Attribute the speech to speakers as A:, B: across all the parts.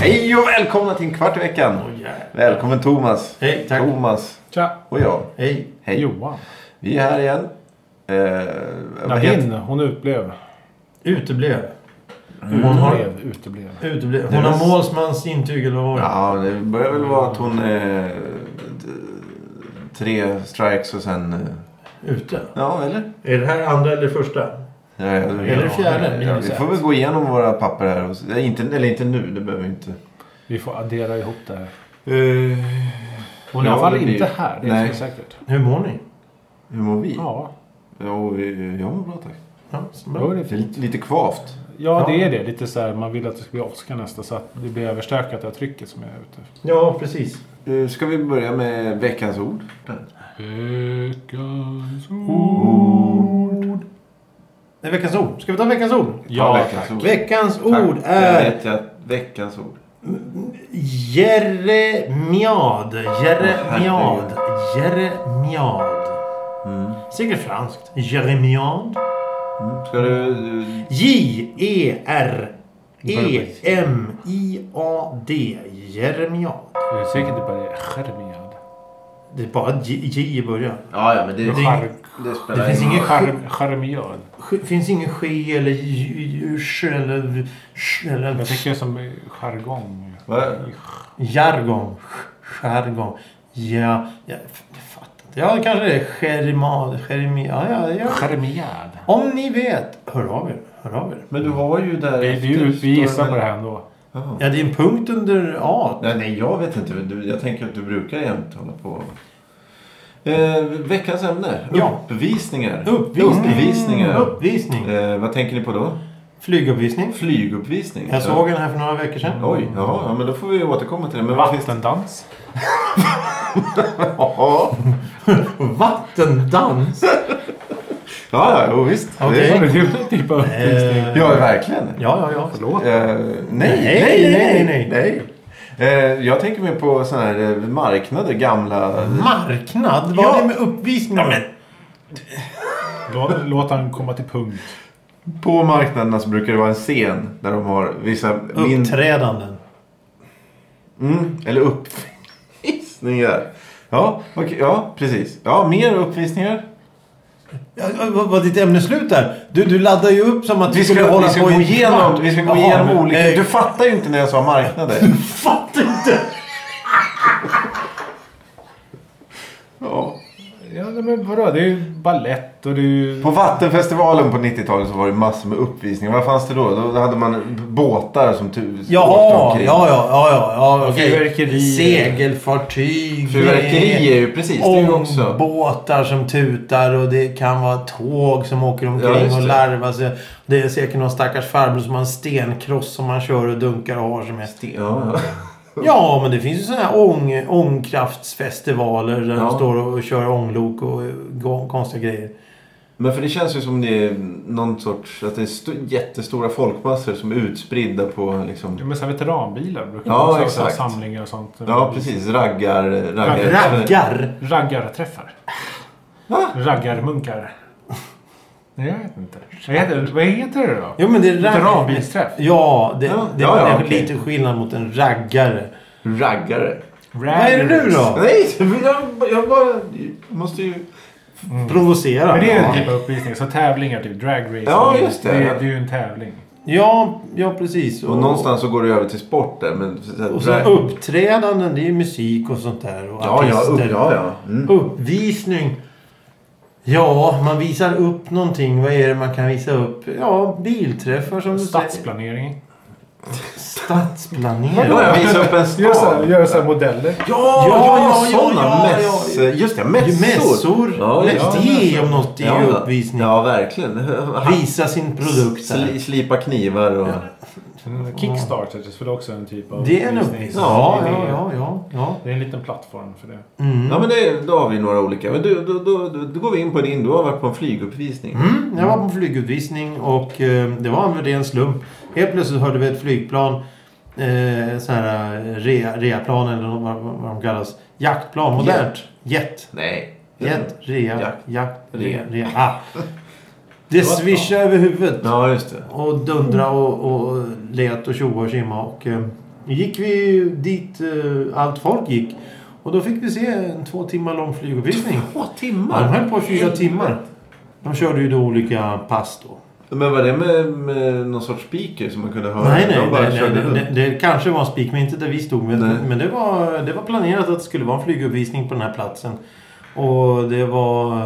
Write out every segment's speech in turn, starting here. A: Hej och välkomna till en kvart i veckan.
B: Åh, jävlar.
A: Välkommen Thomas.
B: Hej, tack.
A: Thomas
C: Tja!
A: och jag.
B: Hej.
A: Hej.
C: Johan.
A: Vi är här igen. Eh, vad heter- Mm.
C: Nahin, hon utblev.
B: Uteblev.
C: Hon
B: har-
C: har... Uteblev.
B: Uteblev.
A: Det
B: Hon
A: var-
B: har målsmans intyg eller vad var det?
A: Ja, det börjar väl vara att hon... Eh, d- tre strikes och sen... eh,
B: Ute.
A: Ja, eller?
B: Är det här andra eller första?
A: Ja, eller
B: Eller fjärde,
A: Ja,
B: minus
A: vi
B: ett.
A: får väl gå igenom våra papper här. Och, s- nej, inte, eller inte nu, det behöver vi inte.
C: Vi får addera ihop det här.
A: Eh,
C: Hon är i
A: Ja,
C: alla fall
A: det blir-
C: inte här, det är
A: Nej.
C: så säkert.
B: Hur mår ni?
A: hur mår vi?
C: Ja,
A: Jo, vi- jag mår bra tack.
B: Ja, så
C: då
B: bra.
C: är det
A: Det är
C: fint.
A: lite, lite kvavt.
C: Ja, det är det. Lite så här, man vill att det ska bli Oscar nästa så att det blir överstökat av trycket som jag är ute efter.
B: ja precis.
A: Eh, Ska vi börja med veckans ord?
C: Veckans
B: Nej, veckans ord. Ska vi ta veckans ord?
A: Ta
C: Ja,
A: veckans
C: tack.
A: ord.
B: Veckans
A: Mm. Tack.
B: ord
A: Jag
B: är
A: vet att veckans ord.
B: Jeremiad. Jeremiad. Jeremiad. Säkert franskt. Jeremiad.
A: Mm. Ska du... du-
B: E J-E-R-E-M-I-A-D. Jeremiad.
C: Det är säkert det bara är Jeremiad.
B: Det är bara J, J i början.
A: Ja, ja, men det...
C: Char-
A: Det
B: Det
A: spelar
B: finns
A: ingen
B: ingen sk-
C: Char- Charmiad.
B: sk- finns ingen ske eller j- j- sch eller sch eller
C: Jag tycker som eh, jargong.
A: Vad?
B: jargong. Sch- Jargong. Ja, ja, f- jag fattar inte. Ja, kanske det är Jeremiad. Jeremiad. Ja, ja, ja.
C: Charmiad.
B: Om ni vet, hör av er. Hör av er.
A: Men du var ju där...
C: Vi, vi, vi gissar på det här ändå.
A: Jaha.
B: Ja, det är en punkt under A.
A: Nej, nej, jag vet inte. Du, jag tänker att du brukar jämt hålla på... Eh, veckans ämne.
B: Ja.
A: Uppvisningar.
B: Uppvisning.
A: Uppvisningar.
B: Uppvisning.
A: Eh, vad tänker ni på då?
B: Flyguppvisning.
A: Flyguppvisning.
B: Jag såg den här för några veckor sedan.
A: Ja. Oj, jaha, ja, men då får vi återkomma till det. Men vad finns det?
C: Vattendans.
A: Ja,
B: Vattendans.
A: ja, jo, visst.
B: Okej.
C: Det
A: Det-
C: är ju typ av
B: Eh,
A: Ja, verkligen.
B: Ja, ja, ja.
C: Förlåt.
A: Eh, nej,
B: Nej,
A: nej, nej,
B: nej,
A: nej. Eh, jag tänker mer på sådana här eh, marknader, gamla...
B: Marknad? Vad
A: Ja.
B: har det med uppvisning ja, men.
C: Låt, låt han komma till punkt.
A: På marknaderna så brukar det vara en scen där de har vissa... min-
B: Uppträdanden.
A: mm, eller uppvisningar. Ja, okej, ja, precis. Ja, mer uppvisningar.
B: Ja, ja, Vad var ditt ämne slut där? Du, du laddar ju upp som att
A: Vi
B: skulle
A: ska,
B: hålla
A: vi ska
B: på i
A: gå
B: en
A: igenom,
B: kvart.
A: vi ska gå
B: Jaha,
A: igenom olika...
B: eh,
A: Du fattar ju inte när jag sa marknader.
B: fattar inte!
A: Ja.
C: Ja, nej, men vadå? Det är ju ballett och det är ju...
A: På Vattenfestivalen på 90-talet så var det massor med uppvisningar. Vad fanns det då? Då hade man b- båtar som tu-
B: Jaha, ja, ja, ja, ja, ja okej.
C: Fyrverkerier.
B: Segelfartyg.
A: Fyrverkeri är ju precis det är ju också.
B: Båtar som tutar och det kan vara tåg som åker
A: Ja,
B: omkring
A: just
B: och
A: det.
B: larvar sig. Det är säkert någon stackars farbror som har en stenkross som man kör och dunkar och har som är...
A: Ja, ja.
B: Ja, men det finns ju sådana här ång, ångkraftsfestivaler där
A: Ja.
B: de står och kör ånglok och eh, gå- konstiga grejer.
A: Men för det känns ju som det är någon sorts... Att det är st- jättestora folkmassor som är utspridda på
C: Ja,
A: liksom...
C: men så här veteranbilar brukar
A: Ja,
C: också ha så här
A: exakt.
C: samlingar och sånt.
A: Ja, precis. Raggar... Raggar.
B: Raggar!
C: Raggarträffar.
A: Va?
C: Raggarmunkar. Nej, jag vet inte. Vad heter, vad heter det då?
B: Jo, men det är ragg-
C: Veteranbilsträff.
B: Ja, det,
A: Ja,
B: det,
A: ja, ja,
B: det är
A: okej.
B: lite skillnad mot en raggare.
A: Raggare.
B: Vad är det nu då?
A: Nej, jag, jag bara... Måste ju... Mm.
B: Provocera.
C: Men det är ju
B: ja.
C: en typ av uppvisning. Så tävlingar, typ dragracing.
A: Ja, just det.
C: Det, är- det är ju en tävling.
B: ja, ja, precis.
A: Och någonstans så går det över till sport där. Men, så här,
B: och sen
A: rag-
B: uppträdanden, det är ju musik och sånt där. Och
A: Ja, ja, upp,
B: artister.
A: ja, ja. Mm.
B: Uppvisning. Ja, man visar upp någonting. Vad är det man kan visa upp? Ja, bilträffar som du säger.
C: Stadsplanering.
B: Stadsplanering.
A: Ja, jag visar upp en stad.
C: så här modeller.
A: Ja,
B: Ja,
A: ja,
B: ja,
A: sådana
B: ja, ja, ja.
A: mässor. Just det, mässor.
B: Mässor.
A: Ja,
B: Mäss-
A: ja.
B: det om något är ju uppvisning.
A: Ja, verkligen.
B: Visa sin produkt.
A: Sli,
B: Där.
A: slipa knivar och...
C: Sen Kickstarter, för det är också en typ av
B: Det är en
C: visning.
B: uppgift.
A: Ja,
B: Ja, ja, ja, ja. ja.
C: Det är en liten plattform för det.
B: Mm.
A: Ja men det, då har vi några olika. Men du, då, då, då, då går vi in på din. Du har varit på en flyguppvisning.
B: Mm, jag var på flygutvisning och eh, det var en ren slump. Helt plötsligt hörde vi ett flygplan, eh, sån här eh, rea, reaplan eller vad, vad vad de kallas, jaktplan, modernt. Jet.
A: Nej.
B: Jet, rea,
A: Jakt.
B: jakt,
A: Rea.
B: rea, rea. Ah. Det
C: Det var ett
B: svischade över huvudet
A: Ja just det.
B: och dundra och, och let och tjoa och tjimma. Och eh, gick vi dit eh, allt folk gick. Och då fick vi se en två timmar lång flyguppvisning.
A: Två
B: Ja, de
A: timmar?
B: höll på i fyra timmar. De körde ju då olika pass då.
A: Men var det med, med någon sorts speaker som man kunde höra?
B: Nej, nej,
A: De bara
B: nej, nej,
A: körde
B: nej,
A: runt.
B: det, det kanske var en spik, men inte där vi stod. Men,
A: Nej.
B: men det, var, det var planerat att det skulle vara en flyguppvisning på den här platsen. Och det var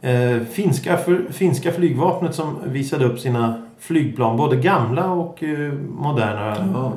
B: eh, finska, för, finska flygvapnet som visade upp sina flygplan. Både gamla och eh, moderna
A: Ja.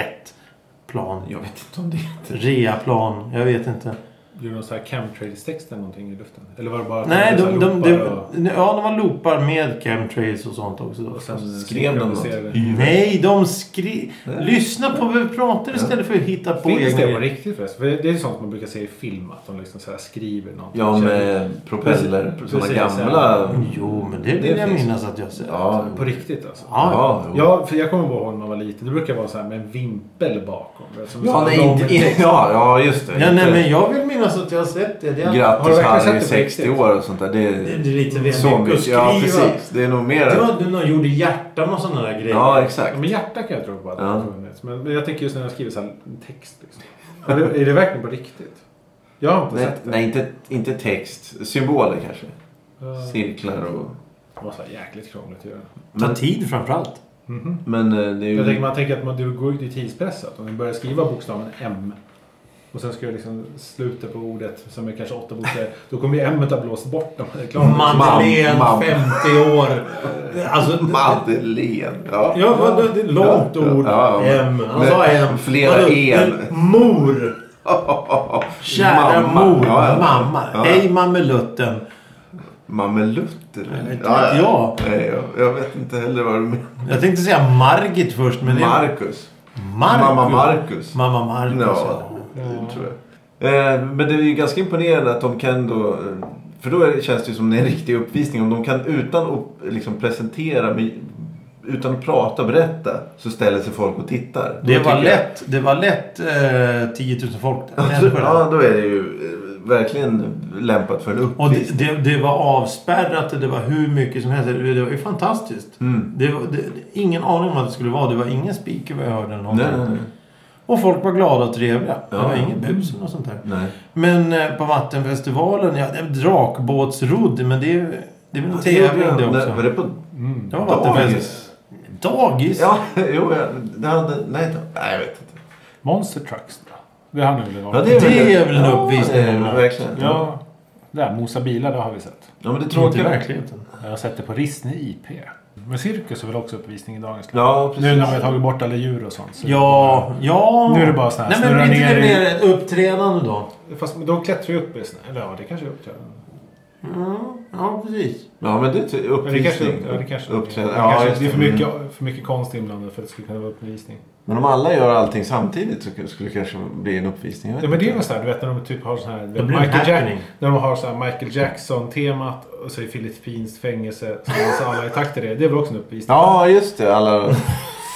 B: jetplan.
A: Jag vet inte om det heter...
B: Reaplan, jag vet inte.
C: Gjorde de så här chemtrails-text eller någonting i luften? Eller var det bara... att
B: Nej,
C: så här
B: de, de, de,
C: loopar och-
B: ja, de var loopar med chemtrails och sånt också. Då.
C: och sen
A: Skrev de något?
C: synkroniserade.
B: Nej, de skri...
A: Nej.
B: Lyssna på vad vi pratar istället för att hitta på
C: Finns
B: egna
C: det på
B: grejer.
C: riktigt förresten? För det är sånt man brukar se i film, att de liksom så här skriver någonting.
A: Ja, med propeller.
C: Precis,
A: Sådana
C: precis,
A: gamla...
B: Jo, men det vill
A: Det
B: jag
A: finns.
B: minnas att jag sett.
A: Ja.
C: På riktigt alltså?
B: Ja.
A: jo.
C: Ja, för jag kommer ihåg när man var liten. Det brukar vara så här med en vimpel bakom. Som
A: Ja,
C: så
A: nej,
C: lång-
A: inte, ja, ja, just det.
B: Ja,
A: Inte-
B: nej, men jag vill minnas att jag har sett det. Det är,
C: Har du
A: Grattis
C: verkligen
A: Harry,
C: sett det på
A: 60
C: riktigt?
A: år och sånt där. Det
B: det är
A: är
B: lite väl mycket
A: så
B: att
A: mycket.
B: skriva.
A: Ja, precis. Det är nog mer...
B: Det var när de gjorde hjärtan och sådana där grejer.
A: Ja,
C: Ja,
A: exakt.
C: men hjärta kan jag tro på att det
A: Ja.
C: har funnits. Men men jag tänker just när jag skriver så här text. Liksom. Är, det, är det verkligen på riktigt? Jag har inte
A: Nej,
C: sett det.
A: nej inte, inte text. Symboler kanske.
C: Eh,
A: Cirklar och...
C: Det var så här jäkligt krångligt att göra.
B: Ta
A: Men,
B: tid framförallt.
C: Mhm.
A: men eh, det är
C: Jag tänker,
A: ju...
C: man tänker att man, du går ju tidspressat. Om du börjar skriva bokstaven M och sen ska jag liksom sluta på ordet som är kanske åtta bokstäver. Då kommer ju M att blåst bort när man är klar.
B: Madeleine,
A: mam.
B: 50 år. Alltså,
A: Madeleine. Ja.
B: ja, vad, det, det är långt
A: Ja, ja,
B: ord.
A: ja.
B: M. Han
A: Men
B: sa M.
A: flera E.
B: Vadå?
A: en.
B: Mor. Kära
A: Mamma.
B: mor,
A: Ja, ja.
B: mamma.
A: Ja.
B: Hej mamelutten.
A: Mamelutter? eller?
B: inte vet jag.
A: Nej, jag, jag vet inte heller vad du menar.
B: Jag tänkte säga Margit först men det är
A: Marcus.
B: Marcus.
A: Mamma Marcus.
B: Mamma Marcus.
A: Ja,
B: Ja.
A: det tror jag. Eh, Men det är ju ganska imponerande att de kan då... eh, För då är det- känns det ju som en riktig uppvisning. Om de kan utan att liksom presentera, men- utan att prata och berätta, så ställer sig folk och tittar.
B: Det
A: Då
B: var
A: tycker
B: lätt, det var lätt eh, 10 000 folk där.
A: jag-
B: Människor där.
A: Ja, då är det ju eh, verkligen lämpat för en
B: Och det,
A: uppvisning.
B: det, det var avspärrat och det var hur mycket som helst. Det det var ju fantastiskt.
A: Mm.
B: Det var, det, ingen aning om vad det skulle vara. Det var ingen speaker vad jag hörde. eller någonting.
A: Nej, nej, nej.
B: Och folk var glada och trevliga.
A: Ja.
B: Det var ingen bus eller något sånt där.
A: nej.
B: Men eh, på Vattenfestivalen, ja, det är drakbåtsrodd. Men det är, det är väl en
A: Det gjorde
B: tävling
A: jag.
B: det
A: Nej, Var
B: också.
A: det på
C: Mm.
B: Det var Vattenfest.
A: dagis?
B: Dagis?
A: Ja, jo, jag, det hade, nej, det- nej, jag vet inte.
C: Monster Trucks då? Det har nu varit.
A: Ja,
B: Det är väl en uppvisning
A: Ja, det är
B: om
A: det
B: något.
A: verkligen. Ja.
C: Ja, där mosa bilar, det har vi sett.
A: men det
B: Inte i
A: tråkiga...
B: verkligheten.
C: Jag har sett det på Rissne IP. Men cirkus är väl också uppvisning i dagens liv?
A: Ja, precis.
C: Nu när vi har tagit bort alla djur och sånt. så-
B: Ja, ja.
C: Nu är det bara sån här,
B: Nej men
C: snurra
B: blir inte det
C: ner i-
B: mer ett uppträdande då?
C: Fast de klättrar ju upp i snö. Eller ja, det kanske är uppträdande.
B: Mm, ja, precis.
A: Ja, men det är ty-
C: Men det kanske,
A: uppvisning.
C: ja, det kanske,
A: Uppträdande.
C: det
A: Ja,
C: kanske,
A: just
C: det är för
A: Mm.
C: mycket, för mycket konst inblandat för att det skulle kunna vara uppvisning.
A: Men om alla gör allting samtidigt så skulle det kanske bli en uppvisning. jag vet
C: Ja, men det är
A: inte.
C: väl såhär, du vet när de typ har sån här...
B: blir en
C: Michael, Jack,
B: happening.
C: när de har så här Michael Jackson-temat och så är Filippinskt fängelse. Så dansar alla i takt till det. Det är väl också en uppvisning?
A: Ja, just det. Alla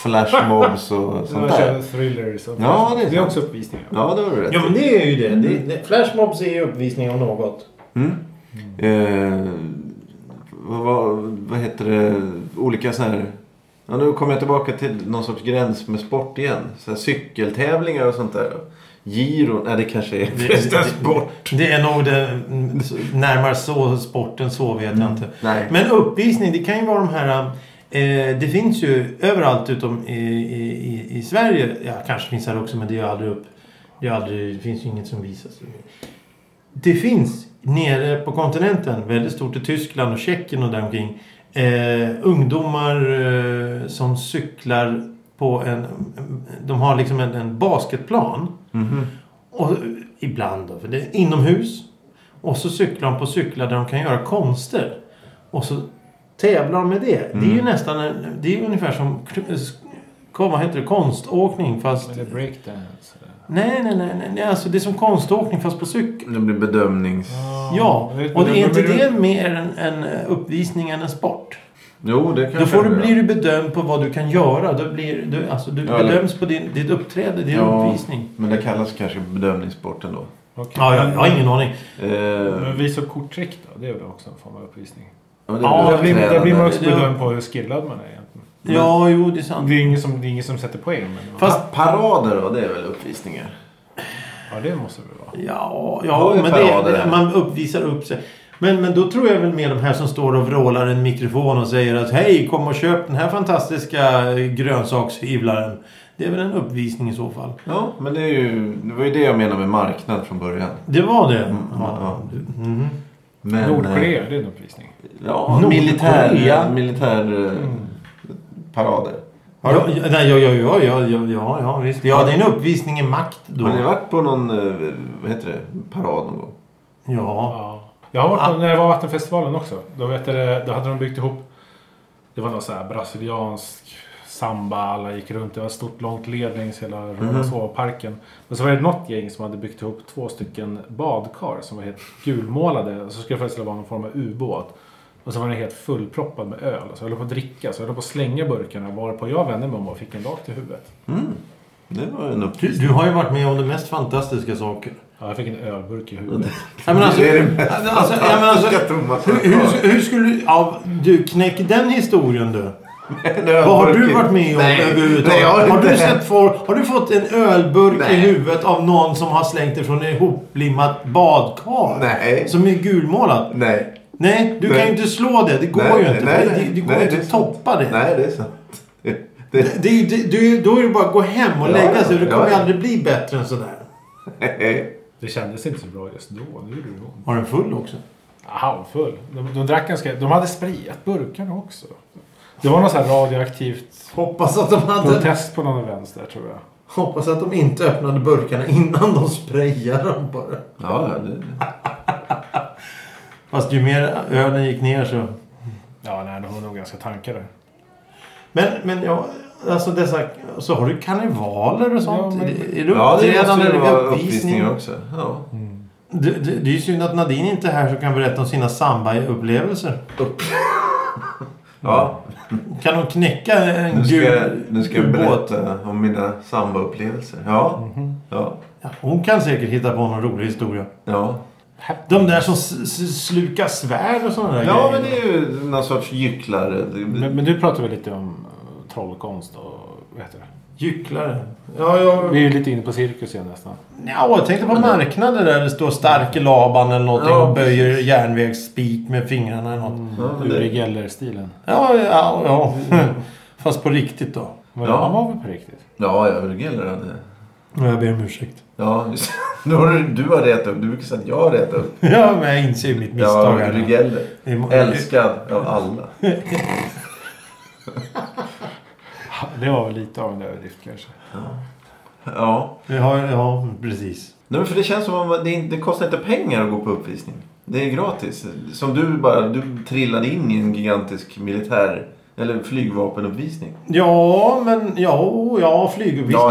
A: flashmobs och
C: Sånt
A: sånt där.
C: thrillers och
A: Ja, det är
C: det är,
A: sant.
C: också uppvisning. Ja.
A: Ja, det har du rätt
B: Ja
A: i.
B: men det är ju det. det, det Flashmobs är ju uppvisning av något.
A: mm. eh, vad, vad, vad heter det? Olika såna här... Ja, nu kommer jag tillbaka till någon sorts gräns med sport igen. Så här, cykeltävlingar och sånt där. Giro. Nej, det kanske är förresten sport.
B: Det är nog det... Närmare så sporten så vet jag inte.
A: Nej.
B: Men uppvisning, det kan ju vara de här... Eh, det finns ju överallt utom i, i, i- i Sverige. Ja, kanske finns här också men det är ju aldrig upp... Det, är aldrig, det finns ju inget som visas. Det finns nere på kontinenten, väldigt stort i Tyskland och Tjeckien och däromkring. Eh, ungdomar eh, som cyklar på en... De har liksom en, en basketplan.
A: Mhm.
B: Och, ibland då, för det är inomhus. Och så cyklar de på cyklar där de kan göra konster.
A: Mm.
B: Och så tävlar de med det. Det är ju nästan en, Det är ju ungefär som kr- Kom, vad heter det? Konståkning fast...
C: Men det är breakdance. eller?
B: Nej, nej, nej, nej, nej. Alltså, det är som konståkning fast på cykel.
A: Det blir bedömnings...
B: Ja,
C: Jag vet
B: och det är
C: men-
B: inte det mer en, en eh, uppvisning än en sport.
A: Jo, det kan
B: Då får du,
A: jag
B: blir du bedömd på vad du kan göra. Då blir, du, alltså, du
A: Ja, eller-
B: bedöms på din, ditt uppträde, din
A: Ja.
B: uppvisning.
A: Men det kallas kanske bedömningssport ändå.
C: Okej.
B: Ja, jag, jag har ingen aning.
A: Eh,
B: Mm.
C: Men visa korttrick då? Det är väl också en form av uppvisning?
A: men det
B: Ja,
A: är
C: där, blir, där blir man också
B: det-
C: bedömd på hur skillad man är egentligen.
B: Ja, jo, det är sant.
C: Det är ingen som, det är ingen som sätter poäng. Men,
B: Fast-
A: Pa- Parader då, det är väl uppvisningar?
C: ja, det måste det väl vara.
B: Ja,
A: Ja,
B: ja
A: det är
B: men
A: parader
B: det,
A: där.
B: det, man uppvisar upp sig. Men, men då tror jag väl mer de här som står och vrålar i en mikrofon och säger att hej, kom och köp den här fantastiska eh, grönsakshyvlaren. Det är väl en uppvisning i så fall.
A: Ja, men det, är ju, det var ju det jag menade med marknad från början.
B: Det var det.
A: Mm,
B: ja. Mhm.
A: Men, eh,
C: Nordkorea, det är en uppvisning.
A: Ja,
B: Nordkorea. Mm.
A: militär, militär eh, parader.
B: Ja, ja, nej, ja, ja, ja, ja, ja, ja, ja, visst. Ja, det är en uppvisning i makt då.
A: Har ni varit på någon, eh, vad heter det, parad någon gång?
B: Ja.
C: Ja. Jag har varit på, när det var Vattenfestivalen också. Då, vet jag, det- då hade de byggt ihop. Det var någon så här brasiliansk samba. Alla gick runt. Det var ett stort långt led längs hela Rådhushovparken. Men så var det något gäng som hade byggt ihop två stycken badkar som var helt gulmålade. Och så skulle det faktiskt vara någon form av ubåt. Och så var den helt fullproppad med öl. Så jag höll på att dricka. Så jag höll på att slänga burkarna. Varpå jag vände mig om och fick en rakt i huvudet.
A: Mm. Det var en uppvisning.
B: Du, du har ju varit med om de mest fantastiska saker.
C: Ja, jag fick en ölburk i huvudet.
B: Ja, men alltså,
A: det är det mest
B: alltså, ja, men alltså,
A: fantastiska Thomas
B: hur, hur, hur skulle du... Ja, du, knäck den historien du. Vad har du varit med om
A: Nej,
B: överhuvudtaget?
A: nej, jag har
B: har,
A: inte.
B: du sett folk, har du fått en ölburk
A: Nej.
B: i huvudet av någon som har slängt det från en ihoplimmat badkar?
A: Nej.
B: Som är gulmålat?
A: Nej.
B: Nej, du
A: Nej.
B: kan ju inte slå det. Det går
A: Nej,
B: ju inte.
A: nej,
B: det,
A: nej.
B: det, det går
A: Nej,
B: inte
A: det är
B: att toppa det.
A: Nej, det är sant. Det, det,
B: det, är ju- det, det är ju- då är det bara att gå hem och
A: Ja,
B: lägga sig. Det
A: ja,
B: kommer ju
A: ja.
B: aldrig bli bättre än sådär.
A: nej.
C: Det kändes inte så bra just då. Nu gjorde det ont.
B: Var den full också?
C: Halvfull. De, de drack ganska... De hade sprayat burkarna också. Det var något så här radioaktivt
B: Hoppas att de hade...
C: protest på någon vänster tror jag.
B: Hoppas att de inte öppnade burkarna innan de sprayade dem bara.
A: Ja, ja, det,
B: Fast ju mer ölen gick ner så...
C: Ja, nej, de var nog ganska tankade.
B: Men, men ja, alltså dessa... Så har du karnevaler och sånt?
C: Ja, men-
B: Är det
A: ja, det
B: uppträdande?
A: måste ju
B: eller
A: vara
B: uppvisning?
A: uppvisningar också. Ja.
B: Det, det, det är ju synd att Nadine inte är här så kan berätta om sina samba-upplevelser.
A: ja.
B: Kan hon knäcka en
A: Nu ska, jag,
B: gul
A: nu ska jag
B: ubåt?
A: berätta om mina sambaupplevelser. Ja. Ja.
B: Ja, hon kan säkert hitta på någon rolig historia.
A: Ja.
B: De där som s- s- slukar svärd och sådana där
A: ja,
B: grejer.
A: men det är ju någon sorts gycklare.
C: Men, men du pratar väl lite om eh, trollkonst och... Vad heter det?
B: Gycklare. Ja, jag...
C: Vi är ju lite inne på cirkus igen nästan.
B: Ja, jag tänkte på marknader där det står starke Laban eller någonting
A: Ja,
B: och böjer järnvägsspik med fingrarna eller något.
A: Ja, men
C: Mm. Uri
A: det,
C: Geller-stilen.
B: Ja, ja, ja.
A: Mm.
B: Fast på riktigt då.
C: Men
A: Ja.
C: han var väl på riktigt?
A: ja, jag vill gäller hade...
B: Ja, Jag ber om ursäkt.
A: Ja, just- nu har du, du har rätt upp. Du brukar säga att jag har rätt upp.
B: Ja, men jag inser ju mitt misstag
A: ja,
B: här.
A: Uri Geller.
B: Det är må-
A: Älskad av alla.
C: Ha, Det var väl lite av en överdrift kanske.
A: Ja.
B: Ja, ja, precis.
A: Nej, men för det känns som att det, inte- det kostar inte pengar att gå på uppvisning. Det är gratis. Som du bara, du trillade in i en gigantisk militär eller flygvapenuppvisning.
B: Ja, men ja, ja flyguppvisningar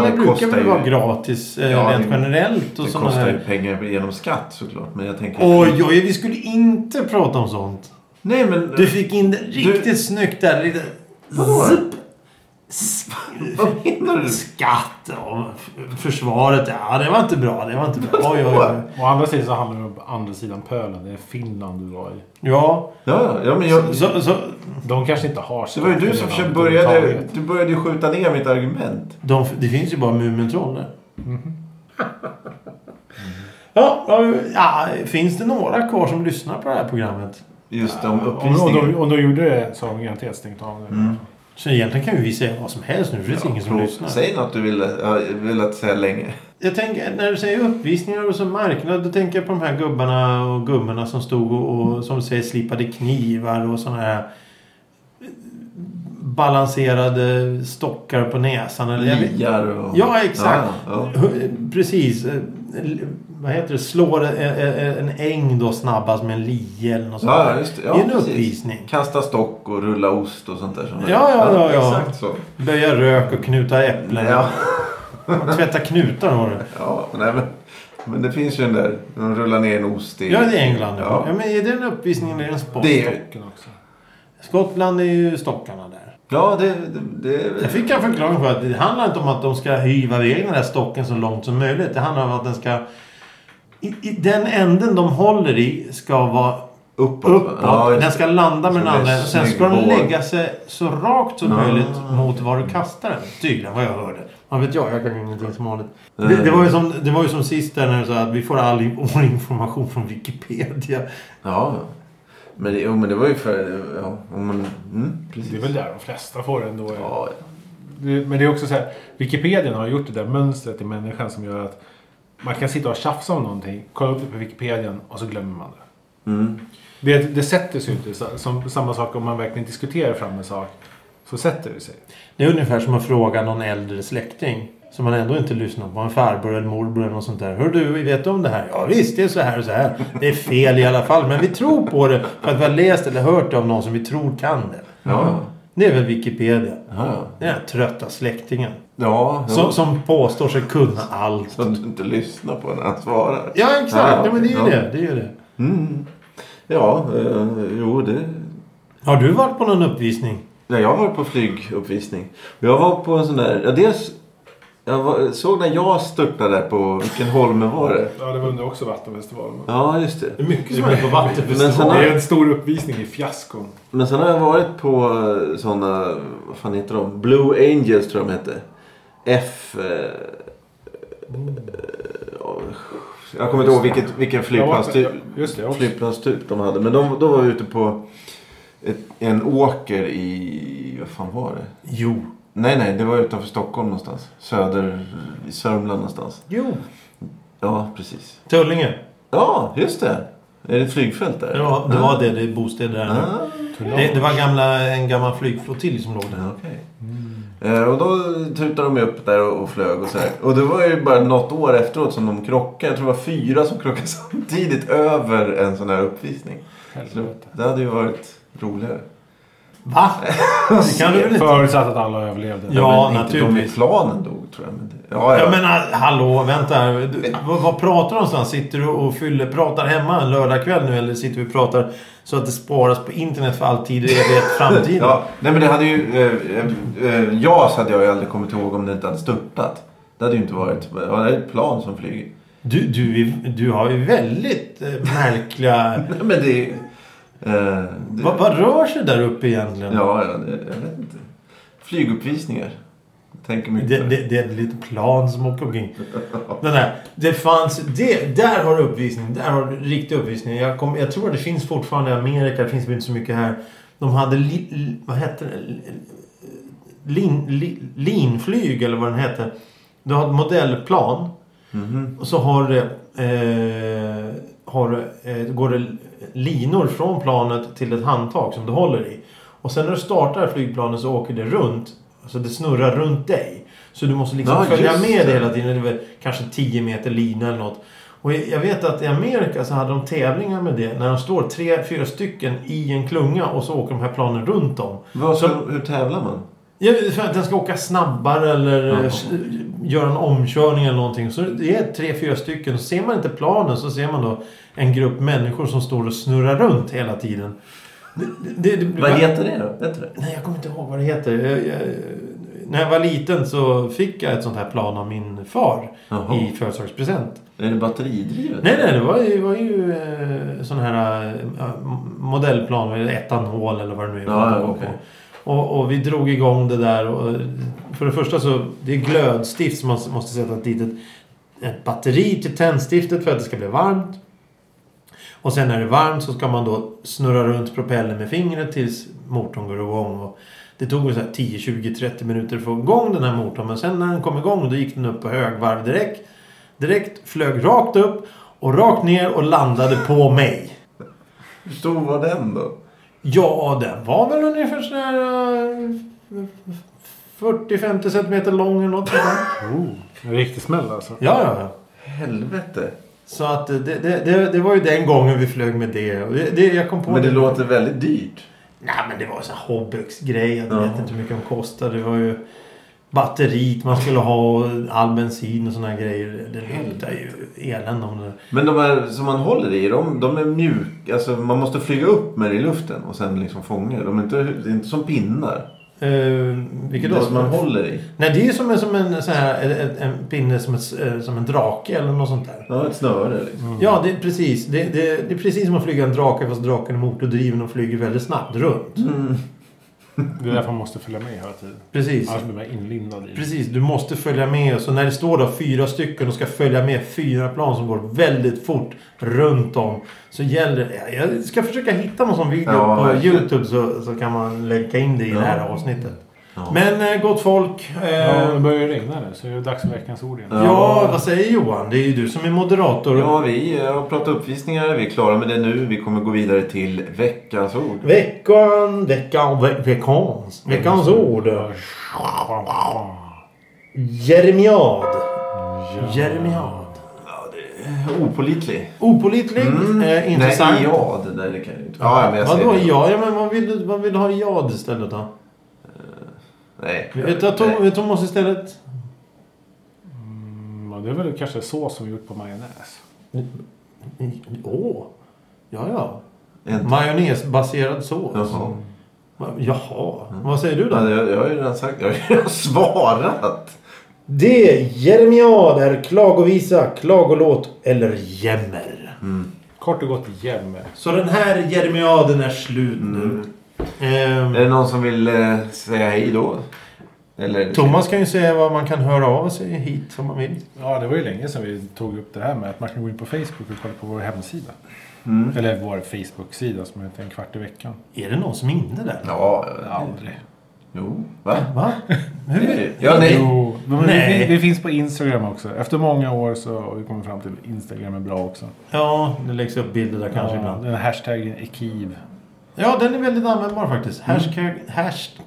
A: Ja, det
B: brukar
A: kostar
B: väl
A: ju-
B: vara gratis eh,
A: Ja,
B: rent
A: det-
B: generellt och
A: Det
B: sådana
A: kostar ju
B: här.
A: pengar genom skatt såklart. Men jag tänker...
B: Oj, oj, vi skulle inte prata om sånt.
A: Nej men...
B: Du fick in det riktigt snyggt där. Lite...
A: Vadå?
B: Zipp. Sk-
A: Vad menar du?
B: Skatt och f- försvaret. Ja, det var inte bra. Det var inte bra. Oj, oj, oj.
C: Å andra sidan så hamnade de på andra sidan pölen. Det är Finland du var i.
B: Ja,
A: Ja, ja men jag,
B: så, så,
C: De kanske inte har
A: det var ju
C: skatt i
A: du som
C: Finland
A: försökte började,
C: överhuvudtaget.
A: du började ju skjuta ner mitt argument.
B: de, det finns ju bara Mumintroll där. Ja, ja, ja, finns det några kvar som lyssnar på det här programmet?
A: Just om
C: Om, om, de,
A: uppvisningen. Mm.
C: om de gjorde det så har de garanterat stängt av det.
B: Så egentligen kan ju vi säga vad som helst nu. för Det finns ingen som
A: Prov-
B: lyssnar.
A: Säg något du ville, ja, velat säga länge.
B: Jag tänker, när du säger uppvisningar och så marknad, då tänker jag på de här gubbarna och gummorna som stod och, och som du säger slipade knivar och sådana här eh, balanserade stockar på näsan. Eller, jag vet-
A: Liar och...
B: Ja, exakt.
A: Ja, ja.
B: Hu- Precis. eh, vad heter det, slår en, en- en äng då snabbast med en lie eller något sånt.
A: Ja,
B: där.
A: just det.
B: det är
A: Ja,
B: en
A: precis.
B: uppvisning.
A: Kasta stock och rulla ost och sånt där. Som
B: Ja, ja, ja, ja.
A: Exakt så.
B: Böja rök och knuta äpplen.
A: Ja,
B: Och tvätta knutar har du.
A: ja nej, men, men det finns ju den där. De rullar ner en ost i...
B: Ja, det är England. Ja.
A: Ja.
B: ja, men är det en uppvisning eller är det en sport?
A: Det är-
C: Stocken också.
B: Skottland är ju stockarna där.
A: Ja, det... det, det
B: Jag fick en förklaring på att det handlar inte om att de ska hyva iväg den där stocken så långt som möjligt. Det handlar om att den ska... I, i, den änden de håller i ska vara
A: uppåt. va?
B: uppåt.
A: Ja, just
B: den
A: det.
B: ska landa med
A: Så
B: den
A: det är
B: andra och sen
A: snygg
B: ska den
A: boll.
B: lägga sig så rakt som
A: Ah.
B: möjligt mot var du kastar den. Tydligen vad jag hörde. Man vet jag, jag kan ju ingenting som vanligt. Det,
A: Nej.
B: det, var ju som, det var ju som sist där när du sa att vi får all in- vår information från Wikipedia.
A: Ja, ja. Men det, jo, men det var ju för... Ja, om man, mm, precis.
C: Det är väl där de flesta får det ändå.
A: Ja,
C: Det- Men det är också så här, Wikipedia har gjort det där mönstret i människan som gör att man kan sitta och tjafsa om någonting, kolla upp det på Wikipedia och så glömmer man det.
A: mm.
C: Det, det sätter sig inte. Så- Som, samma sak om man verkligen diskuterar fram en sak. Så sätter det sig.
B: Det är ungefär som att fråga någon äldre släkting. Som man ändå inte lyssnar på. En farbror eller morbror eller något sånt där. Hör du, vet du om det här? Ja visst, det är så här och så här. Det är fel i alla fall. Men vi tror på det för att vi har läst eller hört det av någon som vi tror kan det.
A: Ja,
B: Det är väl Wikipedia.
A: ja.
B: Den här trötta släktingen.
A: Ja, jo.
B: Som, som påstår sig kunna allt.
A: Så att du inte lyssnar på när han svarar.
B: Ja, exakt. Nej, men det är ju
A: ja.
B: det. det, är ju det.
A: Mm. Ja, eh, jo det...
B: Har du varit på någon uppvisning?
A: Ja, jag var på flyguppvisning. Och Jag var på en sån där... Ja, dels... Jag var, såg när jag störtade på... Vilken holme var det?
C: Ja, det var under också Vattenfestivalen.
A: Ja, just det.
B: är mycket som är på
A: Men sen
C: Det
A: har-
C: är en stor uppvisning i fiaskon.
A: Men sen har jag varit på eh, såna... Vad fan heter de? Blue Angels tror jag de hette. F... Eh, eh, ja, jag kommer inte ihåg vilket, vilken flygplanstyp,
C: Just det, jag också.
A: flygplanstyp de hade. Men de, då var vi ute på ett, en åker i... Vad fan var det?
B: Jo.
A: Nej, nej. Det var utanför Stockholm någonstans. Söder... I Sörmland någonstans.
B: Jo.
A: Ja, precis.
B: Tullinge.
A: Ja, just det. Är det ett flygfält där?
B: Det var det, var det, det är bostäder där nu.
A: Ah.
B: Det, det var gamla, en gammal flygflottilj som låg där.
A: Ja, okej.
C: Mm,
A: Eh, och då tutade de ju upp där och, och flög och sådär. Och det var ju bara något år efteråt som de krockade. Jag tror det var fyra som krockade samtidigt över en sån här uppvisning. Så det,
C: Helvete.
A: det hade ju varit roligare.
B: Va? Det kan du väl inte?
C: Förutsatt att alla överlevde.
B: Ja.
A: men Inte de i
B: naturligtvis.
A: planen dog tror jag. Men det, ja, ja.
B: Ja men ah, hallå, vänta här. Du, vad, vad pratar du någonstans? Sitter du och fyller, pratar hemma en lördagkväll nu eller sitter vi och pratar så att det sparas på internet för all tid och evighet framtiden?
A: ja, nej men det hade ju... Eh, eh, eh, JAS hade jag ju aldrig kommit ihåg om det inte hade störtat. Det hade ju inte varit... Ja, det är ett plan som flyger.
B: Du, du, är- du har ju väldigt eh, märkliga...
A: Nej men det är ju... Eh, det-
B: Vad, vad rör sig där uppe egentligen?
A: Ja, ja det, jag vet inte. Flyguppvisningar. Jag tänker mycket
B: Det,
A: på
B: det, det är ett litet plan som åker omkring. Den där, det fanns... Det, där har du uppvisning. Där har du riktig uppvisning. Jag, kom, jag tror att det finns fortfarande i Amerika. Det finns väl inte så mycket här. De hade... Li, li- vad hette det? Lin, li, linflyg eller vad den hette. Du har ett modellplan.
A: Mhm.
B: Och så har det... Eh, har, det, eh, går det linor från planet till ett handtag som du håller i. Och sen när du startar flygplanet så åker det runt. Alltså det snurrar runt dig. Så du måste liksom
A: Ja,
B: följa
A: just
B: med
A: det.
B: det hela tiden. Det är väl kanske 10 meter lina eller något. Och jag jag vet att i Amerika så hade de tävlingar med det. När de står tre, fyra stycken i en klunga och så åker de här planen runt dem.
A: Vad, så, hur tävlar man?
B: Ja, för att den ska åka snabbare eller
A: Ja.
B: eh, s- göra en omkörning eller någonting. Så det är tre, fyra stycken. Så ser man inte planen så ser man då en grupp människor som står och snurrar runt hela tiden. Det, det, det,
A: Vad heter det då? Vet du det?
B: Nej, jag kommer inte ihåg vad det heter. Jag, jag, när jag var liten så fick jag ett sånt här plan av min far
A: Jaha.
B: i födelsedagspresent.
A: Är det batteridrivet?
B: Nej, nej, det var ju, var ju eh, sån här eh, modellplan, eller etanol eller vad det nu är.
A: Ja, ja, okej.
B: och, och vi drog igång det där. Och, för det första så, det är glödstift som man måste sätta dit ett, ett batteri till tändstiftet för att det ska bli varmt. Och sen när det är varmt så ska man då snurra runt propellern med fingret tills motorn går igång. Och det tog väl så här 10, 20, 30 minuter att få igång den här motorn. Men sen när den kom igång då gick den upp på högvarv direkt. Direkt flög rakt upp och rakt ner och landade på mig.
A: Hur stor var den då?
B: Ja, den var väl ungefär sådär... eh, 40-50 centimeter lång eller något sånt där.
C: Oh, en riktig smäll alltså.
B: Ja, ja, ja.
A: Helvete.
B: Så att eh, det, det, det, det var ju den gången vi flög med det. Och det, det jag kom på
A: Men det låter väldigt dyrt.
B: Nej men det var en sån här Hobbex-grej. Jag
A: Ja.
B: vet inte hur mycket de kostade. Det var ju batteriet man skulle ha och all bensin och såna grejer. Det luktar ju elände om det.
A: Men de här som man håller i, de, de är mjuka. Alltså man måste flyga upp med det i luften och sen liksom fånga det. De är inte, det är inte som pinnar.
B: Eh, vilket
A: det
B: då?
A: som man håller i.
B: Nej det är som en, som en, sån här, en, en pinne som, ett, eh, som en drake eller något sånt där.
A: Ja, ett snöre liksom.
C: Mm.
B: Ja, det är precis. Det, det, det är precis som att flyga en drake fast draken är motordriven och flyger väldigt snabbt runt.
A: Mm.
C: Det är därför man måste följa med hela tiden.
B: Precis.
C: Annars blir man inlindad i.
B: Precis, du måste följa med. Så när det står då fyra stycken och ska följa med fyra plan som går väldigt fort runt om. Så gäller det... Jag ska försöka hitta någon sån video
A: Ja,
B: på
A: verkligen.
B: Youtube så, så kan man länka in det i
A: Ja.
B: det här avsnittet.
A: Ja.
B: Men eh, gott folk. Eh,
C: Ja, det
B: ja.
C: börjar ju regna nu så det är dags för veckans ord igen.
A: Ja.
B: vad säger Johan? Det är ju du som är moderator.
A: Ja, vi har pratat uppvisningar. Vi är klara med det nu. Vi kommer gå vidare till veckans ord.
B: Veckan, veckan, ve- veckans. Veckans ord. Jeremiad. Jeremiad.
A: Ja, det är opålitlig.
B: Opålitlig. Eh, intressant.
A: Mm. Nej, jad. Nej, det kan jag inte. Ja, men jag säger
B: Vadå
A: det.
B: ja? ja men vad vill, du, vad vill du ha jad istället då?
A: Nej.
B: Vi tar Tom,
A: Nej.
B: Thomas istället.
C: Mm, ja, det är väl kanske sås som är gjort på majonnäs.
B: Åh! Ja, ja.
A: En-
B: Majonnäsbaserad sås.
A: Mm. Jaha. Mm.
B: Va- Jaha. Vad säger du då?
A: Ja, jag, jag har ju redan sagt, jag har ju redan svarat.
B: Det Jeremiad är klagovisa, klagolåt eller jämmer.
A: Mm.
C: Kort och gott jämmer.
B: Så den här Jeremiaden är slut nu. Ehm,
A: Är det någon som vill eh, säga hej då? Eller?
B: Thomas kan ju säga vad man kan höra av sig hit om man vill.
C: Ja, det var ju länge sedan vi tog upp det här med att man kan gå in på Facebook och kolla på vår hemsida.
A: Mm.
C: Eller vår Facebook-sida som heter En kvart i veckan.
B: Är det någon som är inne där?
A: Ja, ja.
C: Aldrig.
A: Jo. Va?
B: Va? Hur?
A: Ja, nej.
C: Jo, men
B: Nej.
C: Vi, fin- vi finns på Instagram också. Efter många år så har vi kommit fram till att Instagram är bra också.
B: Ja, det läggs upp bilder där kanske ibland.
C: Den här hashtaggen ekiv.
B: Ja, den är väldigt användbar faktiskt. Hashtag, hashtag,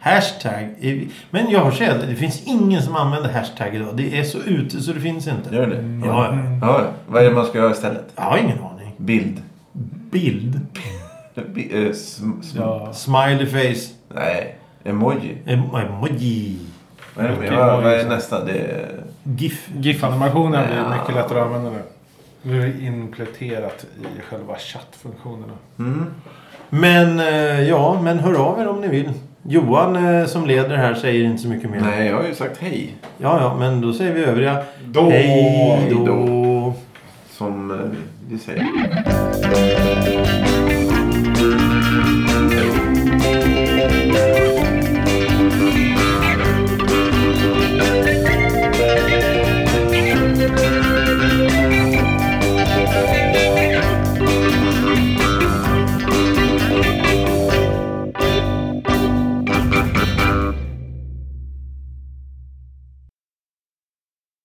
B: hashtag. är- Men jag har sett att det finns ingen som använder hashtag idag. Det är så ute så det finns inte.
A: Gör det?
B: Mm, Ja,
A: Ja, vad är det man ska göra istället?
B: jag har ingen aning.
A: Bild.
B: Bild.
A: Bi- eh, sm, sm,
C: Ja.
B: Smiley face.
A: Nej. Emoji.
B: em- Emoji.
A: Vad är, det,
C: Okej,
A: mer? vad, vad är
C: emoji.
A: nästa? Det är...
B: GIF.
C: GIF-animationen blir
A: Ja.
C: mycket lättare att använda nu. Nu är det implementerat i själva chattfunktionerna.
A: Mm.
B: Men eh, ja, men hör av er om ni vill. Johan eh, som leder här säger inte så mycket mer.
A: Nej, jag har ju sagt hej.
B: Ja, ja, men då säger vi övriga.
C: Då.
B: Hej då.
A: Som eh, vi säger.